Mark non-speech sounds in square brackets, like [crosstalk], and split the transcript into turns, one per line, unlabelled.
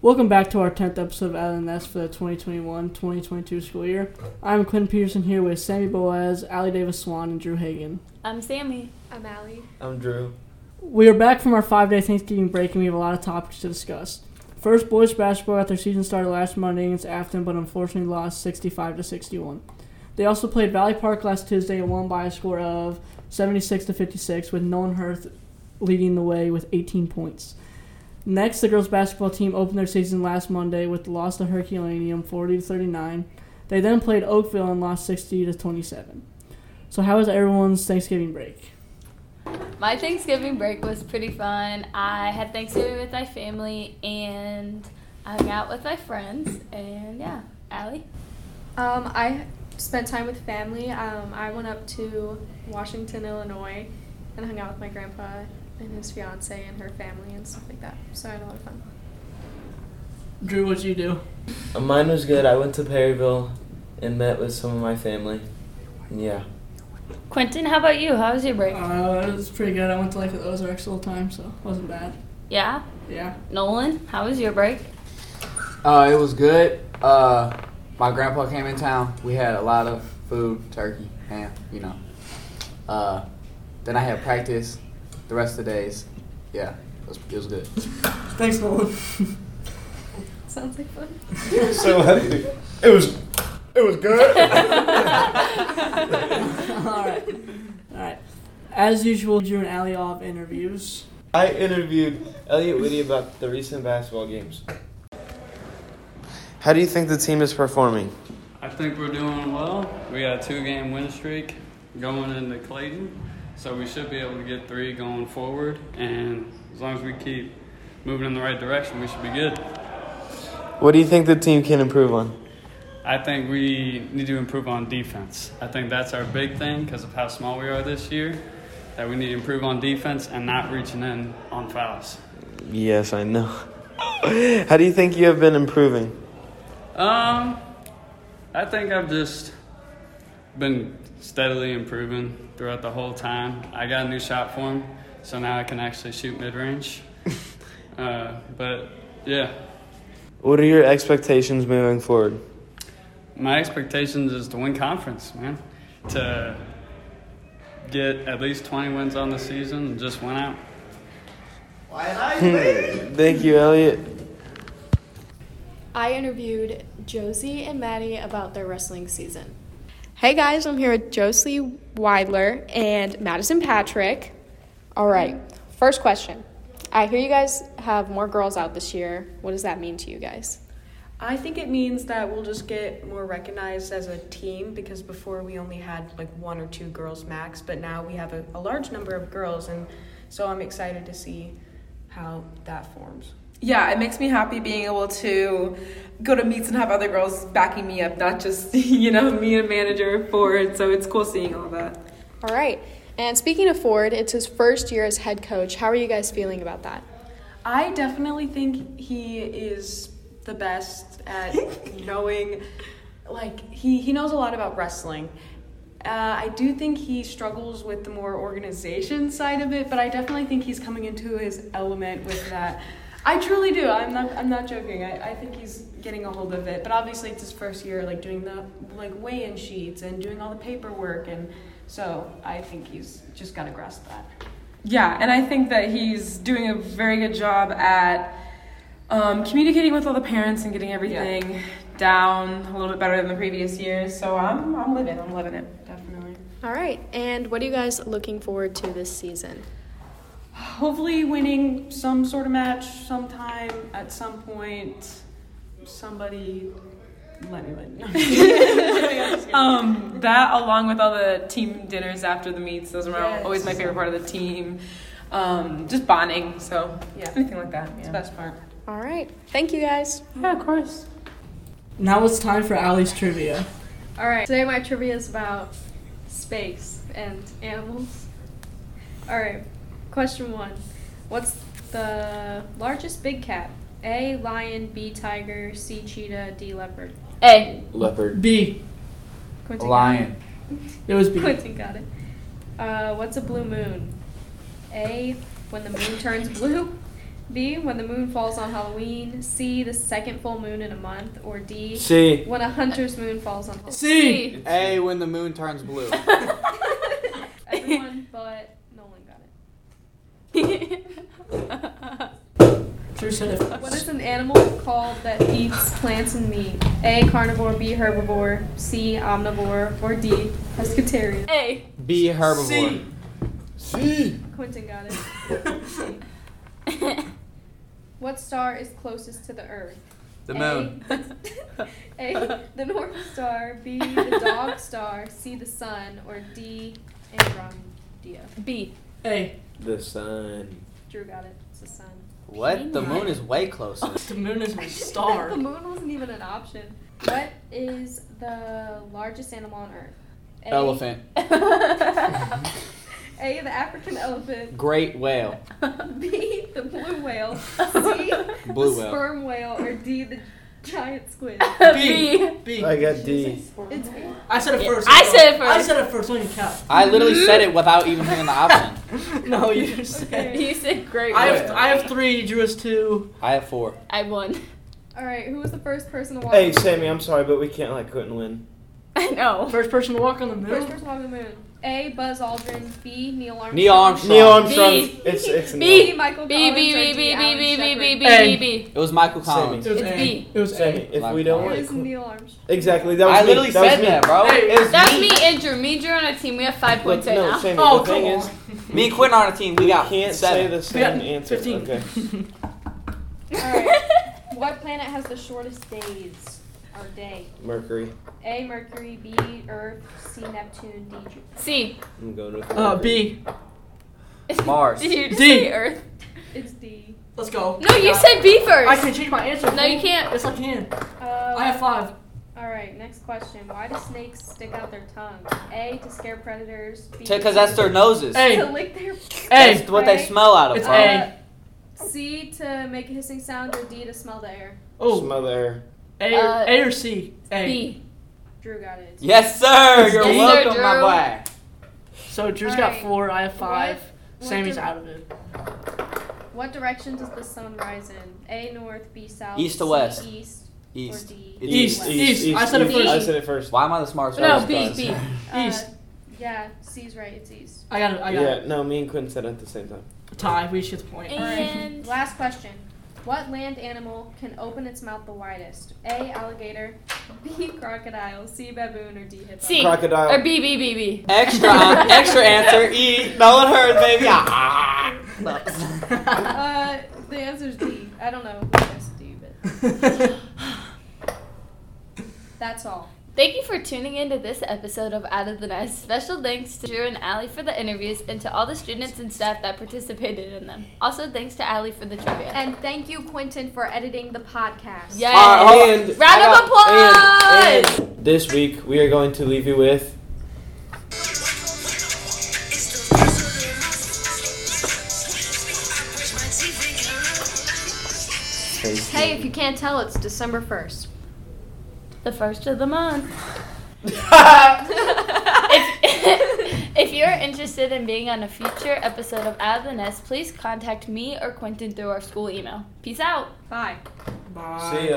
Welcome back to our 10th episode of LNS for the 2021-2022 school year. I'm Quinn Peterson here with Sammy Boaz, Allie Davis Swan, and Drew Hagan.
I'm Sammy.
I'm Allie.
I'm Drew.
We are back from our five-day Thanksgiving break, and we have a lot of topics to discuss. First, boys basketball got their season started last Monday against Afton, but unfortunately lost 65 to 61. They also played Valley Park last Tuesday and won by a score of 76 to 56, with Nolan Hirth leading the way with 18 points. Next, the girls basketball team opened their season last Monday with the loss to Herculaneum 40 to 39. They then played Oakville and lost 60 to 27. So, how was everyone's Thanksgiving break?
My Thanksgiving break was pretty fun. I had Thanksgiving with my family and I hung out with my friends. And yeah, Allie?
Um, I spent time with family. Um, I went up to Washington, Illinois, and hung out with my grandpa and his fiance and her family and stuff like that. So I had a lot of fun. [laughs]
Drew, what'd you do?
Uh, Mine was good. I went to Perryville and met with some of my family. And yeah.
Quentin, how about you? How was your break?
Uh, it was pretty good. I went to like the Ozarks the whole time, so it wasn't bad.
yeah?
Yeah.
Nolan, how was your break?
Uh, it was good. Uh, my grandpa came in town. We had a lot of food, turkey, ham, you know. Uh, then I had practice the rest of the days. Yeah, it was, it was good.
Thanks, [laughs] Nolan.
Sounds like fun.
So it was it was good.
All right. All right. As usual, Drew and Allie all have interviews.
I interviewed Elliot Whitty about the recent basketball games. How do you think the team is performing?
I think we're doing well. We got a two game win streak going into Clayton, so we should be able to get three going forward. And as long as we keep moving in the right direction, we should be good.
What do you think the team can improve on?
I think we need to improve on defense. I think that's our big thing because of how small we are this year. That we need to improve on defense and not reaching in on fouls.
Yes, I know. [laughs] How do you think you have been improving?
Um, I think I've just been steadily improving throughout the whole time. I got a new shot form, so now I can actually shoot mid range. uh, but yeah,
What are your expectations moving forward?
my expectations is to win conference, man. To get at least 20 wins on the season and just win out.
Thank you, Elliot.
I interviewed Josie and Maddie about their wrestling season. Hey guys, I'm here with Josie Weidler and Madison Patrick. All right, first question. I hear you guys have more girls out this year. What does that mean to you guys?
I think it means that we'll just get more recognized as a team because before we only had like one or two girls max, but now we have a, a large number of girls, and so I'm excited to see how that forms.
yeah, it makes me happy being able to go to meets and have other girls backing me up, not just, [laughs] you know, me and a manager for it. So it's cool seeing all that.
All right, and speaking of Ford, it's his first year as head coach. How are you guys feeling about that?
I definitely think he is the best at knowing, like he he knows a lot about wrestling. Uh, I do think he struggles with the more organization side of it, but I definitely think he's coming into his element with that. I truly do. I'm not. I'm not joking. I, I think he's getting a hold of it. But obviously, it's his first year, like doing the like weigh-in sheets and doing all the paperwork, and so I think he's just got to grasp that.
Yeah, and I think that he's doing a very good job at um, communicating with all the parents and getting everything down a little bit better than the previous years. So I'm, I'm living, I'm living it, definitely.
All right, and what are you guys looking forward to this season?
Hopefully, winning some sort of match sometime at some point. Somebody let
[laughs]
me [laughs] win. No, I'm kidding.
Um, that along with all the team dinners after the meets, those are
Yes.
always my favorite part of the team. Um, just bonding, so
yeah, it's
anything like that.
the
Yeah.
best part.
All right, thank you guys.
yeah, of course.
Now it's time for Allie's trivia.
All right. Today my trivia is about space and animals. All right. Question one: What's the largest big cat? A lion, B tiger, C cheetah, D leopard.
Hey,
Leopard,
B.
a
Quentin got
lion,
It was
[laughs] it.
B.
Quentin got it. Uh, what's a blue moon? A when the moon turns blue. B. When the moon falls on Halloween. C. The second full moon in a month. Or D.
C.
When a hunter's moon falls on
[laughs]
Halloween.
C. A. When the moon turns [laughs] blue.
Everyone but Nolan got it.
True safe.
What is an animal called that eats plants and meat? A. Carnivore. B. Herbivore. C. Omnivore. Or D.
[laughs]
Pescatarian.
A.
B. Herbivore.
C.
Quentin got it. what star is closest to the Earth?
The
A,
moon.
A. The North Star. B. The Dog Star. C. The Sun. Or D. Andromeda.
[laughs] [laughs] B.
[laughs] A.
The sun.
Drew got it. It's the Sun.
What? The moon is way closer.
The moon is a star.
[laughs] the moon wasn't even an option. What is the largest animal on Earth? [laughs] A.
Elephant.
A. The African elephant.
Great whale.
B, the blue whale. C,
[laughs] Blue
the
whale.
sperm whale. Or D, the giant squid.
B.
B.
I got D.
It's B.
I said it first.
I said it
I
first.
said it first. Don't even count.
I literally said it without even hearing the option.
No, you [laughs] just said.
Okay.
You said great.
I
work.
have I have three. Drew has two.
I have four.
I won.
All right, who was the first person to walk?
Hey, Sammy, I'm sorry, but we can't let Quentin win.
[laughs] I know.
First person to walk on the moon.
First person to walk on the moon. A, Buzz Aldrin. B, Neil Armstrong.
Neil Armstrong.
Neil Armstrong.
B.
It's it's
B.
B, Michael
B B
Collins.
B B
or D,
B
Alan
B B
Shepard?
B B
A.
B B.
It was Michael Collins.
It was
It's
A.
B.
It was
Sammy.
A.
If we don't
It
let
was
Quentin,
Neil
[laughs]
Armstrong.
exactly that was
I
me.
literally
that was
said
me.
that, bro.
Hey.
It was
That's
me.
me and Drew. Me and Drew are on a team. We have five
Look,
points right
no,
now.
Sammy.
Oh,
the thing
come
is,
Me and Quentin are on a team. We
we
got
can't say
seven.
the same
Yeah,
answer.
15. [laughs]
Okay.
All right. What planet has the shortest days? Or day?
Mercury.
A, Mercury. B, Earth. C, Neptune. D, Jupiter.
C. [laughs]
I'm going with
Uh,
Mercury.
B.
Mars.
Did you just
D.
say Earth?
It's D.
Let's go.
No, you said B first.
I can change my answer.
No, you can't.
Yes, I can.
Uh,
I have five.
All right, next question. Why do snakes stick out their tongue? A to scare predators. B
Because that's their noses.
Hey.
to [laughs] lick their. Uh,
A.
That's what they smell out of,
It's
bro.
A.
C to make a hissing sound or D to smell the air.
Oh,
Smell the air.
A or,
Uh,
A or C? A.
B.
Drew got it.
Yes, sir. You're
Yes, sir,
welcome, my
Drew.
boy.
So Drew's
All
got
right.
four. I have five.
What
Sammy's
dir-
out of it.
What direction does the sun rise in? A north, B south.
East to
C
west.
East.
East.
Or D.
It's
East.
East.
East. I said it
East.
first.
I said it first.
Why am I the smartest?
No,
out of
B
us?
B.
East.
Uh, yeah, C's right. It's east.
I got it. I got
Yeah,
it.
no, me and Quentin said it at the same time.
Tie. We should get the point.
And
Last question. What land animal can open its mouth the widest? A alligator. B crocodile. C baboon. Or D hippo.
C.
Crocodile.
Or B B B B.
Extra, uh,
[laughs]
[laughs]
extra answer. E. No one heard, baby. Ah.
[laughs]
Uh, the answer's D. I don't know. I guess D, but that's all.
Thank you for tuning in to this episode of Out of the Nest. Special thanks to Drew and Allie for the interviews and to all the students and staff that participated in them. Also, thanks to Allie for the trivia.
And thank you, Quentin, for editing the podcast.
Yes!
All right, hold on.
And-
Round of
And-
applause!
and this week we are going to leave you with
Hey, if you can't tell, it's December 1st.
the first of the month. [laughs]
Uh, [laughs]
[laughs]
If- [laughs]
If, [laughs] if you're interested in being on a future episode of Out of the Nest, please contact me or Quentin through our school email. Peace out!
Bye.
Bye.
See ya.